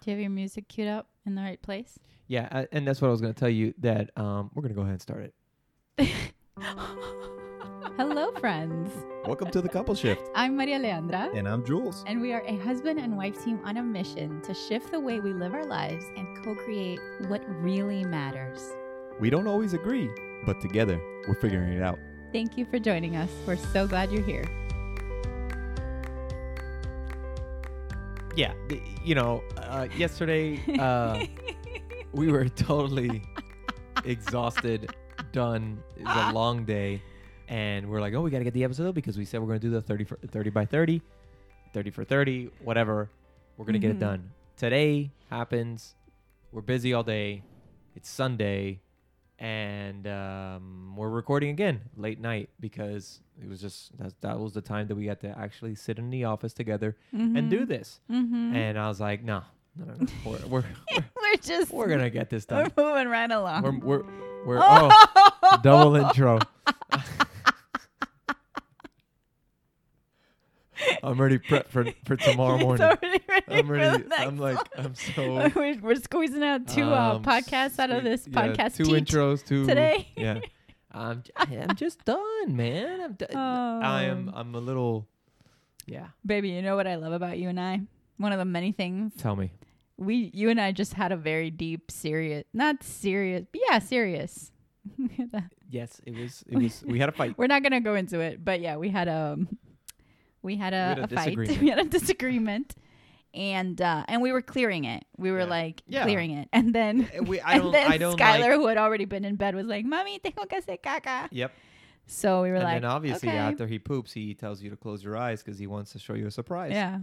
Do you have your music queued up in the right place? Yeah, uh, and that's what I was going to tell you that um, we're going to go ahead and start it. Hello, friends. Welcome to the couple shift. I'm Maria Leandra, And I'm Jules. and we are a husband and wife team on a mission to shift the way we live our lives and co create what really matters. We don't always agree, but together we're figuring it out. Thank you for joining us. We're so glad you're here. Yeah, th- you know, uh, yesterday uh, we were totally exhausted, done. It was a long day, and we're like, oh, we got to get the episode up because we said we're going to do the 30, for, 30 by 30, 30 for 30, whatever. We're going to get Mhm. it done. Today happens. We're busy all day. It's Sunday, and um, we're recording again late night because it was just that, that was the time that we had to actually sit in the office together and eh, do this. Mm-hmm. And I was like, no, no, no, no. We're, we're, we're, we're just we're gonna get this we're done. moving right along. We're, we're, we're oh, double intro. I'm already prepped for, for tomorrow It's morning. already ready I'm for already, the next I'm like, one. I'm so. we're, we're squeezing out two uh, um, podcasts out of sweet. this Yeah, podcast Two teat. intros, two today. Yeah, I'm, j- I'm just done, man. I'm done. I am, Oh. I'm uh, a little. Yeah, Baby, you know what I love about you and I? One of the many things tell me. we, you and I, just had a very deep, serious, not serious, but yeah, serious. Yes, it was. It was. We had a fight. We're not gonna go into it, but yeah, we had a, we had a, had a a fight. disagreement. We had a disagreement, and uh, and we were clearing it. We were Yeah. like Yeah. clearing it, and then Uh, We, I and don't. then I don't Skylar, like. who had already been in bed, was like, "Mommy, tengo que hacer caca." Yep. So we were and like, then obviously okay. after he poops, he tells you to close your eyes because he wants to show you a surprise. yeah,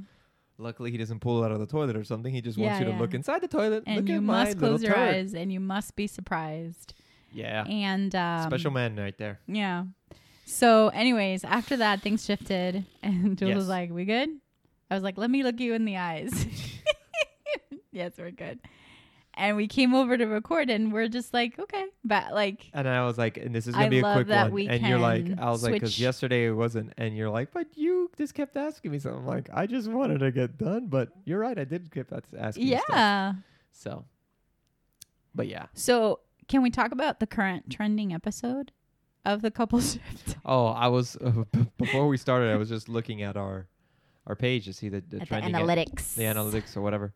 Luckily, he doesn't pull it out of the toilet or something. He just wants Yeah, you to yeah. look inside the toilet. and look you at must my little close your turd. eyes, and you must be surprised, Yeah. and um, Special man right there. Yeah. So, anyways, after that, things shifted, and Jules was Yes. like, "We good?" I was like, "Let me look you in the eyes." yes, we're good. And we came over to record, and we're just like, "Okay," but like, And I was like, and this is I gonna be a love quick that one. we and you're like, can I was like, because switch- yesterday it wasn't. And you're like, but you just kept asking me something. I'm like, I just wanted to get done, but you're right. I did keep as- asking. you stuff. yeah. So. But yeah. So, can we talk about the current trending episode of the couple shift? Oh, I was before we started. I was just looking at our our page to see the, the At trending. e- analytics. the analytics or whatever.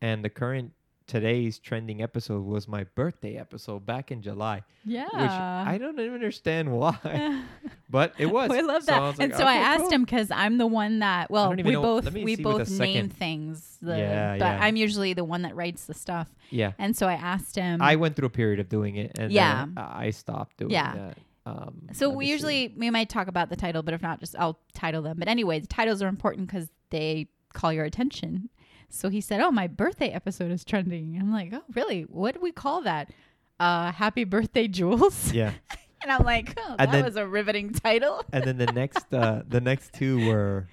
And the current today's trending episode was my birthday episode back in July, Yeah. which I don't even understand why, but it was. I love So that. was and like, so I okay, asked cool. him because I'm the one that well don't we even know- both let me we see with a both name second. things the, Yeah, but yeah. I'm usually the one that writes the stuff Yeah, and so I asked him I went through a period of doing it, and Mm. Yeah. yeah, I stopped doing Yeah. that. Um, so we obviously. usually we might talk about the title but if not just I'll title them but anyway the titles are important because they call your attention so he said oh my birthday episode is trending I'm like oh really what do we call that uh happy birthday Jules yeah. and I'm like oh, that And then- was a riveting title And then the next, uh, the next two were,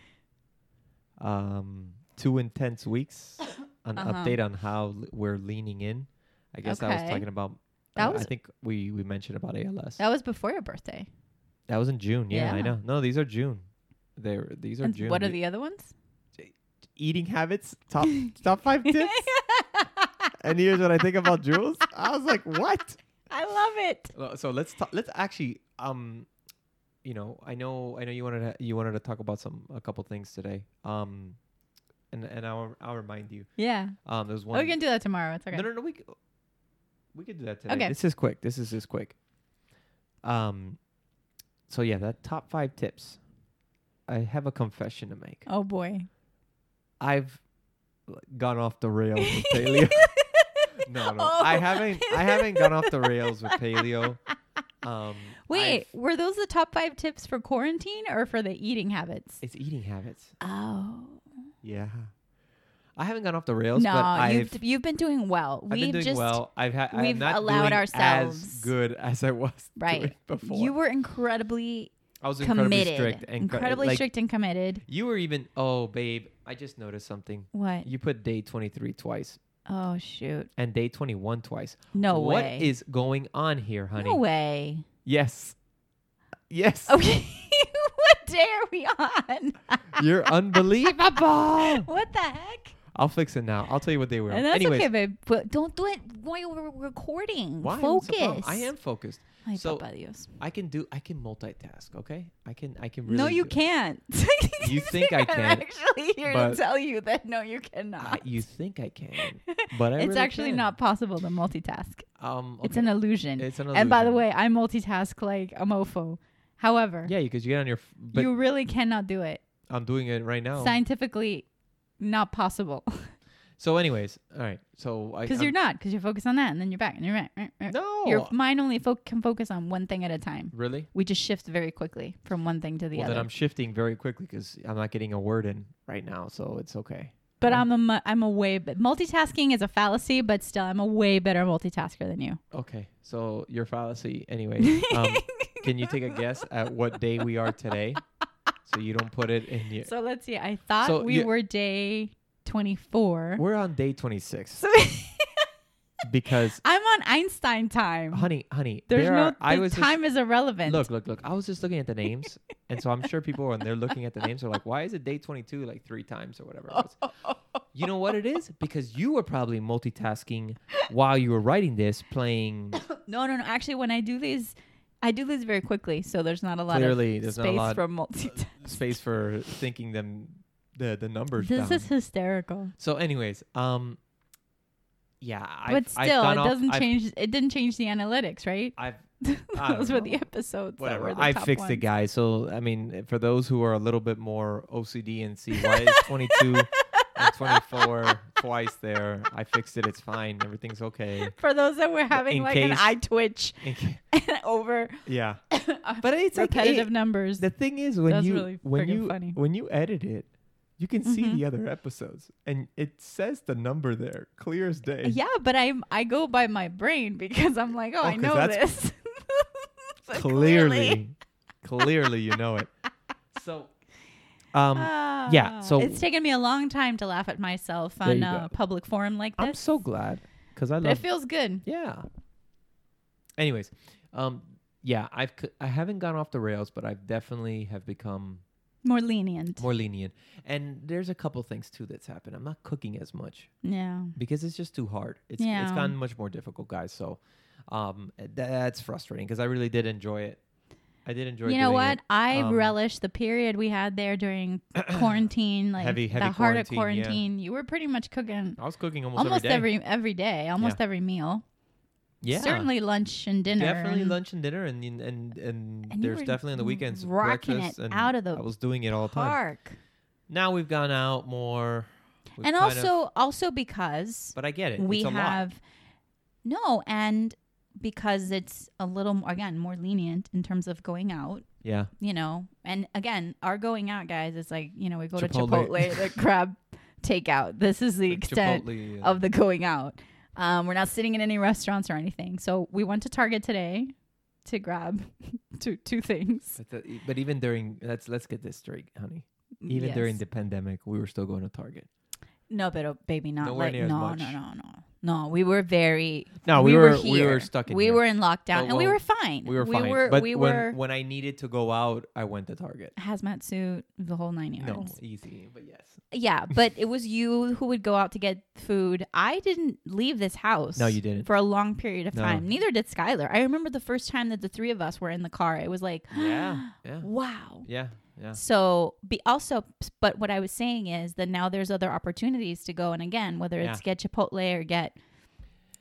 um, two intense weeks. An Uh-huh. update on how l- we're leaning in. I guess I was Okay. talking about. uh, That I- was- I think we we mentioned about ALS. that was before your birthday That was in June. Yeah, Yeah. I know. No, these are June. They're these are and June. what are The- the other ones eating habits? Top top five tips. and here's what I think about Jules. I was like, what? I love it. Well, So let's talk, let's actually um, you know, I know I know you wanted to, you wanted to talk about some a couple things today. Um, and and I'll I'll remind you. Yeah. Um, there's Oh, one. we can do that tomorrow. It's okay. No, no, no. We c- we could do that today. Okay. This is quick. This is just quick. Um, so yeah, that top five tips. I have a confession to make. Oh boy. I've l- gone off the rails with paleo. no, no, I Oh. haven't. I haven't gone off the rails with paleo. Um, Wait, I've- were those the top five tips for quarantine or for the eating habits? it's eating habits. Oh Yeah, I haven't gone off the rails, but no, I've, you've you've been doing well. I've been We've doing just well. I've had. we've not allowed doing ourselves- as good as I was Right. doing before. you were incredibly I was incredibly committed, strict and cr- incredibly like, strict and committed. You were even. Oh, babe, I just noticed something. What? You put day twenty three twice Oh shoot! and day twenty one twice. No way. What is going on here, honey? no way? Yes. Yes. Okay, what day are we on? You're unbelievable. what the heck? I'll fix it now. I'll tell you what they were. And that's Anyways, okay, babe. But don't do it while we're recording. why? What's the problem? Focus. I am focused. Ay, so- papá Dios. I can do. I can multitask. Okay. I can. I can really. no, you do- can't. You think I I'm can? actually here to but- tell you that no, you I, cannot. you think I can? But I it's really actually can. not possible to multitask. Um, It's okay. an illusion. It's an And by the illusion. way, I multitask like a mofo. However, Yeah, because you get on your. f- But you really cannot do it. I'm doing it right now. Scientifically, not possible. so, anyways, all right. So I. Because I'm- you're not. Because you're focused on that, and then you're back, and you're back. right, right. No. Your mind only fo- can focus on one thing at a time. really? We just shift very quickly from one thing to the well, other. then I'm shifting very quickly because I'm not getting a word in right now, so it's okay. but I'm a mu- I'm a way but multitasking is a fallacy, but still I'm a way better multitasker than you. Okay. So your fallacy, anyway. Um, can you take a guess at what day we are today? So you don't put it in your. So let's see. I thought So we you- were day 24. We're on day 26 So because, I'm on Einstein time. honey, honey, There's there no are. I the was just- time is irrelevant. Look, look, look. I was just looking at the names, and so I'm sure people when they're looking at the names are like, "Why is it day 22 like three times or whatever?" It was. You know what it is? Because you were probably multitasking while you were writing this, playing. No, no, no. Actually, when I do these, I do these very quickly, so there's not a lot Clearly, of there's not a space lot- for multitasking. space for thinking them the the numbers This down. is hysterical. so, anyways, um, yeah, I've, but still, I've it gone off- doesn't I've- change. It didn't change the analytics, right? I've I Those don't were the know. episodes. that whatever. were the I top fixed it, ones. guys. So I mean, for those who are a little bit more OCD and see why it's 22 and 24 twice there, I fixed it. It's fine. Everything's okay. For those that were having in like an case- eye twitch over yeah, but it's like, repetitive it- numbers, the thing is when That's you really when friggin' you funny. when you edit it, you can see Mhm. the other episodes, and it says the number there, clear as day. yeah. But I am I go by my brain because I'm like, oh, Oh, I 'cause know that's- this. So clearly, clearly, you know it. So, um, yeah, Ah, so- it's taken me a long time to laugh at myself There on you a go. public forum like this. I'm so glad because I But it love feels good. Yeah. Anyways, um, yeah, I've c- I haven't gone off the rails, but I've definitely have become More lenient. more lenient. And there's a couple things too that's happened. I'm not cooking as much yeah. because it's just too hard. It's it's Yeah. gotten much more difficult, guys. So, um, uh, that's frustrating because I really did enjoy it. I did enjoy. You know doing what? It. I Um, relish the period we had there during quarantine, like Heavy- the heavy heart of quarantine, yeah. quarantine. You were pretty much cooking I was cooking almost, almost every day. every every day, almost every meal. yeah, Certainly lunch and dinner. Definitely and lunch and dinner, and and and, and, And you there's were definitely on the weekends rocking it breakfast and out of the I was doing it all the time. Park. now we've gone out more We've And kind of- also also because but i get it we It's a lot. have no and because it's a little more, again more lenient in terms of going out yeah you know, and again, our going out, guys, is like, you know, we go Chipotle. to Chipotle to grab takeout. This is the extent Chipotle, of the going out. Um, we're not sitting in any restaurants or anything. So we went to Target today to grab two two things. but, the- but even during let's let's get this straight honey even Mm, Yes. during the pandemic we were still going to target no, but oh, baby, not Nowhere like near as no, no, much. no, no, no. We were very no we, we, were, we here. were stuck in we here. were in lockdown But and we when- were fine. we were fine We were. but we when, were when i needed to go out i went to target hazmat suit, the whole nine yards. no easy but yes Yeah, but it was you who would go out to get food. I didn't leave this house. No, you didn't. For a long period of No. time. Neither did Skylar. I remember the first time that the three of us were in the car. It was like, yeah yeah wow. yeah yeah So, be also, but what I was saying is that now there's other opportunities to go, and again, whether it's get Chipotle or get,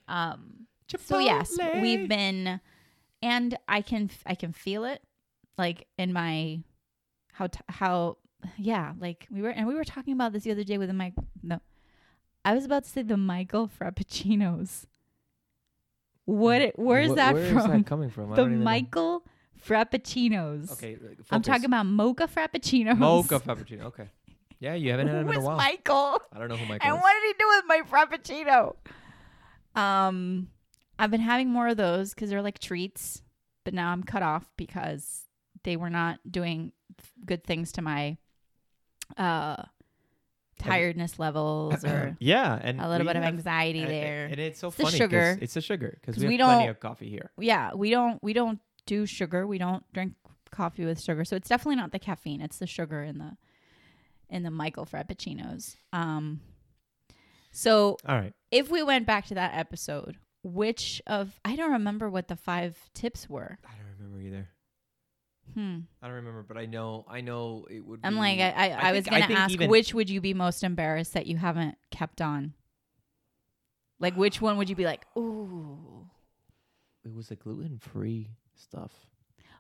um. So yes, we've been, and I can f- I can feel it, like in my, how t- how yeah, like we were and we were talking about this the other day with the Mike. No, I was about to say the Michael Frappuccinos. What? it- Where's Wh- that where is from? that coming from I the don't even know. Michael Frappuccinos. okay like, I'm focus. talking about mocha frappuccinos. mocha frappuccino okay yeah you haven't had Who them in a was while Michael? i don't know who michael And is. what did he do with my frappuccino? Um, I've been having more of those because they're like treats, but now I'm cut off because they were not doing f- good things to my uh tiredness levels or Uh, yeah and a little we bit of have- anxiety And- there. And it's so It's the funny. 'cause sugar. It's the sugar because 'Cause we, we have plenty don't- of coffee here. yeah, we don't we don't do sugar. We don't drink coffee with sugar. So it's definitely not the caffeine. It's the sugar in the in the Michael Frappuccinos. Um So All right. if we went back to that episode, which of I don't remember what the five tips were. I don't remember either. Hmm. I don't remember, but I know. I know it would. I'm be- like I I, I, was think- Mm. I gonna think ask even- which would you be most embarrassed that you haven't kept on? Like which one would you be like, ooh. it was the gluten-free stuff.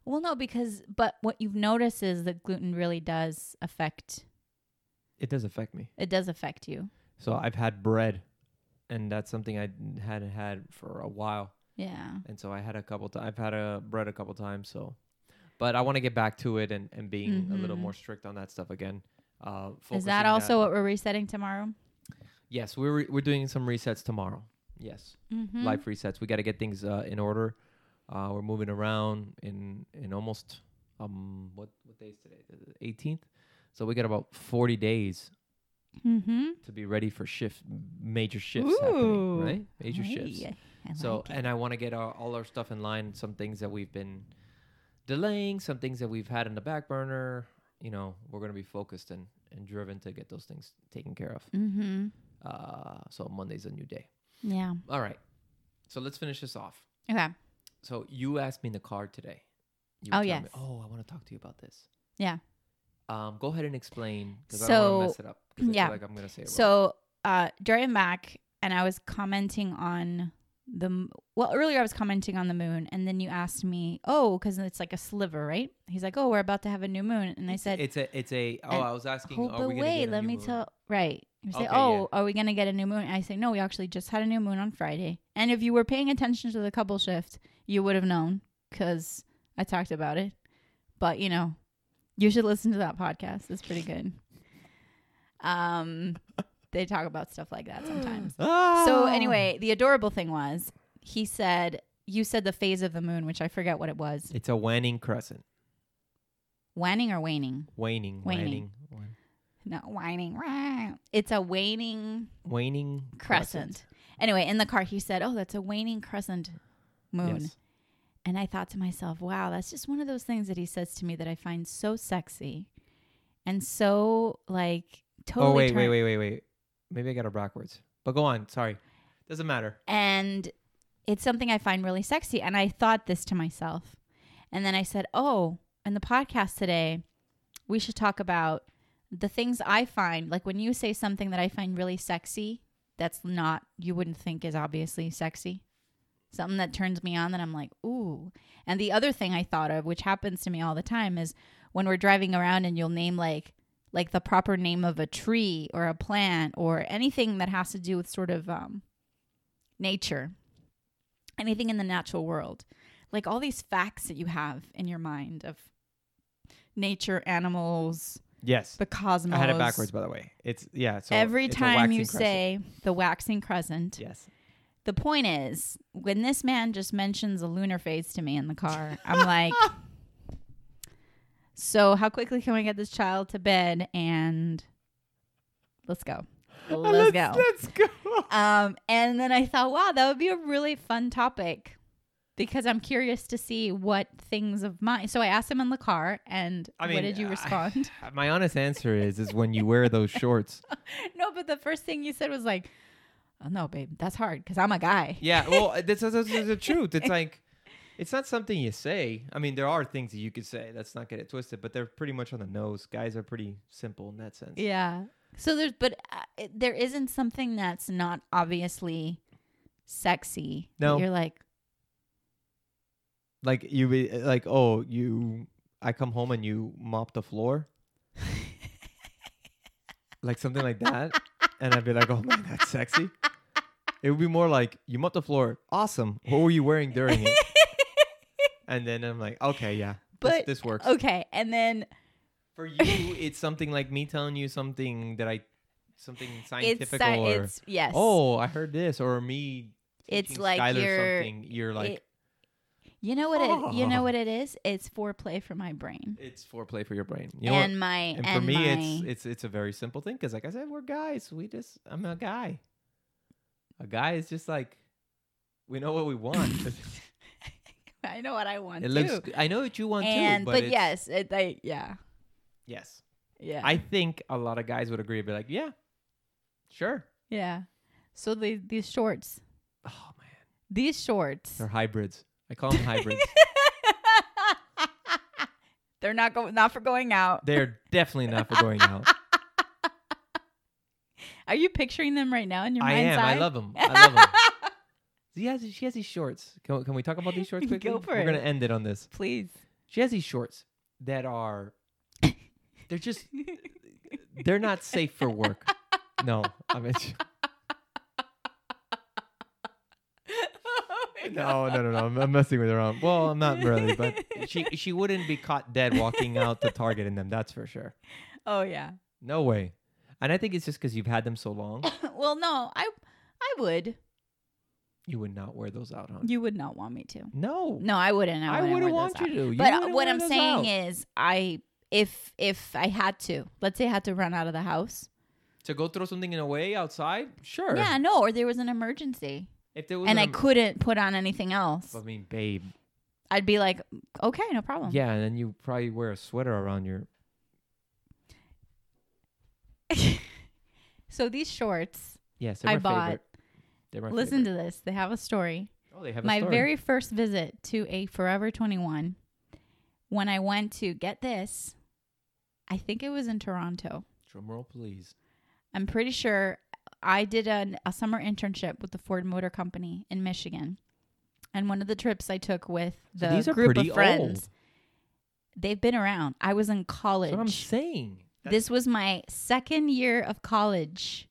Well, no, because but what you've noticed is that gluten really does affect It does affect me. it does affect you. So I've had bread, and that's something I hadn't had for a while. Yeah. And so I had a couple. T- I've had a bread a couple times. So, but I want to get back to it and and being a little Mhm. more strict on that stuff again. Uh, Is that focusing also what we're resetting tomorrow? Yes, we're re- we're doing some resets tomorrow. Yes, Mm-hmm. life resets. We got to get things uh, in order. Uh, we're moving around in in almost um what what day is today? Eighteenth. So we got about forty days Mm-hmm. to be ready for shift major shifts happening, Ooh. right? Major Hey, shifts. I so like it. and I want to get our, all our stuff in line. Some things that we've been delaying, some things that we've had in the back burner. You know, we're gonna be focused and and driven to get those things taken care of. Mm-hmm. Uh, so Monday's a new day. Yeah. All right. So let's finish this off. Okay. So you asked me in the car today. You Oh, were telling yes. Me, oh, I want to talk to you about this. Yeah. Um, go ahead and explain because I don't want So, to mess it up. 'cause I feel yeah. like I'm gonna say it wrong. So uh, Dorian Mack and I was commenting on the m- well earlier I was commenting on the moon and then you asked me oh because it's like a sliver right he's like oh we're about to have a new moon and I said it's a it's a. Oh, and- I was asking. oh are but we gonna wait get a let new me moon? tell right you say Okay, oh are we gonna get a new moon and I say no we actually just had a new moon on Friday and if you were paying attention to the couple shift you would have known because I talked about it but you know you should listen to that podcast it's pretty good um they talk about stuff like that sometimes Ah! so anyway, the adorable thing was he said you said the phase of the moon, which I forget what it was, It's a waning crescent. waning or waning. Waning. Waning. Waning. wan- No, whining. Wah. It's a waning Waning crescent. Anyway, in the car, he said, "Oh, that's a waning crescent moon," Yes. and I thought to myself, "Wow, that's just one of those things that he says to me that I find so sexy, and so like totally." oh wait, wait, turn- wait, wait, wait. Maybe I got it backwards. But go on. Sorry. Doesn't matter. and it's something I find really sexy. And I thought this to myself. And then I said, Oh, in the podcast today, we should talk about the things I find. Like when you say something that I find really sexy, that's not, you wouldn't think is obviously sexy. Something that turns me on that I'm like, Ooh. And the other thing I thought of, which happens to me all the time, is when we're driving around and you'll name like, like the proper name of a tree or a plant or anything that has to do with sort of um, nature, anything in the natural world, like all these facts that you have in your mind of nature, animals, Yes. the cosmos. I had it backwards, by the way. It's yeah. So Every it's a time waxing you crescent. say the waxing crescent, yes, the point is when this man just mentions a lunar phase to me in the car, I'm like, so how quickly can we get this child to bed and let's go. Let's, go. Let's go. Um, and then I thought, wow, that would be a really fun topic because I'm curious to see what things of mine. So I asked him in the car, and I mean, what did you I- respond? My honest answer is is when you wear those shorts. no, but the first thing you said was like, oh, no, babe, that's hard because I'm a guy. Yeah. Well, this is, this is the truth. It's like, it's not something you say. I mean, there are things that you could say. Let's not get it twisted. But they're pretty much on the nose. Guys are pretty simple in that sense. Yeah. So there's, but uh, it, there isn't something that's not obviously sexy. that No. You're like, Like you, be like oh, you. I come home and you mop the floor. like something like that, and I'd be like, oh man, that's sexy. It would be more like you mop the floor. Awesome. What were you wearing during it? And then I'm like, okay, yeah, But- this, this works. okay. And then For you, it's something like me telling you something that I, something it's, scientific si- or it's, yes. oh, I heard this, or me. It's teaching like Skylar you're- something. You're like it- You know what it you know Oh. what it is? It's foreplay for my brain. it's foreplay for your brain. You know what? and my And and, for me, my, it's it's it's a very simple thing because, like I said, we're guys. We just I'm a guy. A guy is just like we know what we want. I know what I want it too. looks. I know what you want and too, but, but, it's- yes, it, I, yeah, yes. yeah, I think a lot of guys would agree. Be like, yeah, sure. yeah. So the, these shorts, Oh man, these shorts, they're hybrids. I call them hybrids. they're not going, not for going out. They're definitely not for going out. Are you picturing them right now in your I mind's am. eye? I love them. I love them. She has, she has these shorts. Can, can we talk about these shorts Go quickly? for We're it. gonna end it on this. Please. She has these shorts that are, they're just, they're not safe for work. No, I mean, Oh my no, no, no, no. I'm, I'm messing with her arm. Well, I'm not really, but she she wouldn't be caught dead walking out to Target in them. That's for sure. Oh yeah. No way. And I think it's just because you've had them so long, well, no, I I would. you would not wear those out, huh? You would not want me to. No, No, I wouldn't. I, I wouldn't wouldn't wear want those you out. to. You But uh, wouldn't what wear I'm those saying out. is, I if if I had to, let's say I had to run out of the house. to go throw something in away outside, sure. Yeah, no, or there was an emergency If there was and an I em- couldn't put on anything else. I mean, babe. I'd be like, okay, no problem. Yeah, and then you probably wear a sweater around your. So these shorts, Yes, they're I my bought- favorite. They're my listen favorite. to this. They have a story. Oh, they have my a story. very first visit to a Forever 21, when I went to get this, I think it was in Toronto. Drum roll, please. I'm pretty sure I did an, a summer internship with the Ford Motor Company in Michigan. And one of the trips I took with So the these are group of pretty friends, old. they've been around. I was in That's what I'm college. saying. This was my second year of college.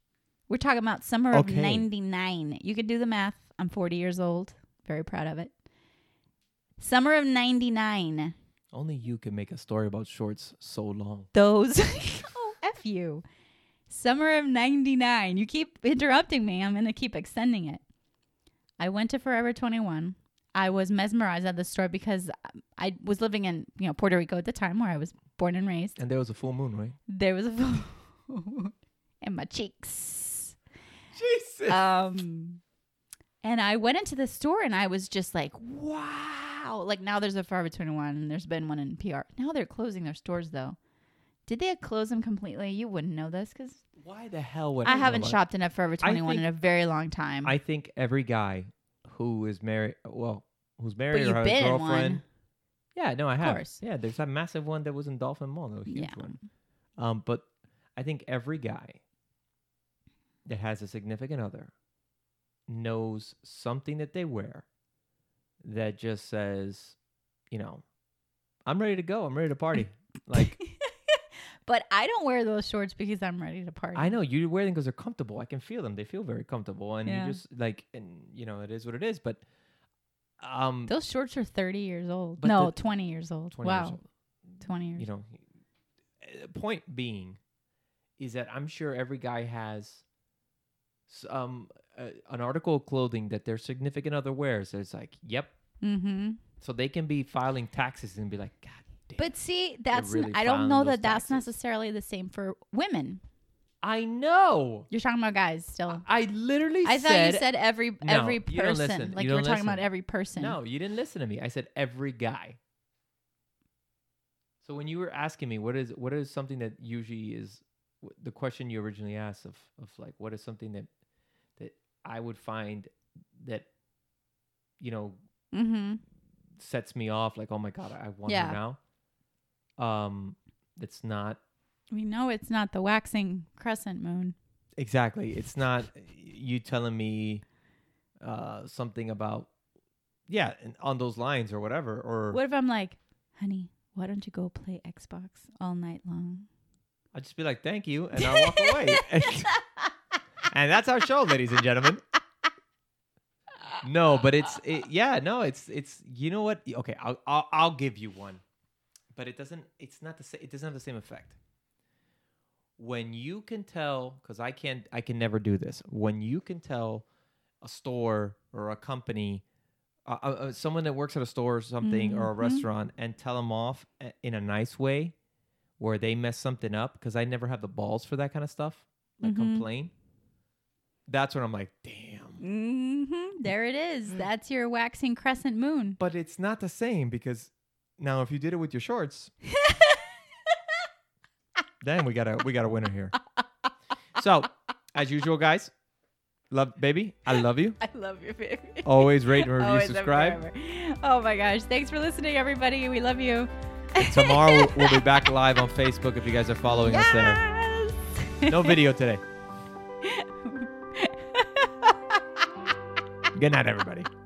We're talking about summer Okay. of 99. You can do the math. I'm 40 years old. Very proud of it. Summer of 99. Only you can make a story about shorts so long. Those. oh, F you. Summer of 99. You keep interrupting me. I'm going to keep extending it. I went to Forever 21. I was mesmerized at the store because I was living in, you know, Puerto Rico at the time where I was born and raised. And there was a full moon, right? There was a phone in my cheeks. Jesus. Um, and I went into the store and I was just like, wow. Like now there's a Forever 21 and there's been one in PR. Now they're closing their stores though. Did they close them completely? You wouldn't know this because Why the hell would I know haven't about- shopped in a Forever 21 in think- a very long time. I think every guy who is married, well, who's married you've or has been a in girlfriend. one. Yeah, no, I have. course. Yeah, there's that massive one that was in Dolphin Mall, a huge Yeah. one. Um, but I think every guy that has a significant other knows something that they wear that just says, you know, I'm ready to go. I'm ready to party. like but I don't wear those shorts because I'm ready to party. I know you wear them because they're comfortable. I can feel them. They feel very comfortable, and Yeah. you just like, and you know, it is what it is. But um, those shorts are 30 years old. But No, the- 20 years old. 20 wow. years old, 20 years you know, uh, point being is that I'm sure every guy has some uh, an article of clothing that their significant other wears. It's like, yep, Mm-hmm. so they can be filing taxes and be like, God damn. But see, that's really n- I don't found know those that that's taxes. necessarily the same for women. I know. You're talking about guys still. I literally Oh. I thought said, you said every No, every you don't listen. person. Like You you were don't talking about listen. every person. No, you didn't listen to me. I said every guy. So when you were asking me what is what is something that usually is w- the question you originally asked of of like what is something that that I would find that you know Mm-hmm. sets me off like oh my god I I want Yeah. her now. Um, it's not We know it's not the waxing crescent moon. Exactly. It's not you telling me uh, something about yeah and on those lines or whatever or What if I'm like, honey, why don't you go play Xbox all night long? I'll just be like thank you and I'll walk away. and, that's our show, ladies and gentlemen. No, but it's it, yeah no it's it's you know what okay I'll, I'll I'll give you one, but it doesn't it's not the same it doesn't have the same effect. When you can tell, because I can't I can never do this. When you can tell a store or a company, uh, uh, uh, someone that works at a store or something or a Mhm. restaurant, and tell them off a- in a nice way, where they mess something up, because I never have the balls for that kind of stuff. Like Mhm. complain. That's when I'm like, damn. Mm-hmm. There it is. That's your waxing crescent moon. But it's not the same because now if you did it with your shorts, then we got a we got a winner here. So, as usual, guys, Love, baby, I love you. I love you, baby. Always rate and review, Always and subscribe. forever. Oh my gosh. Thanks for listening, everybody. We love you. Tomorrow we'll- we'll be back live on Facebook if you guys are following us there. Yes. No video today. Good night, everybody.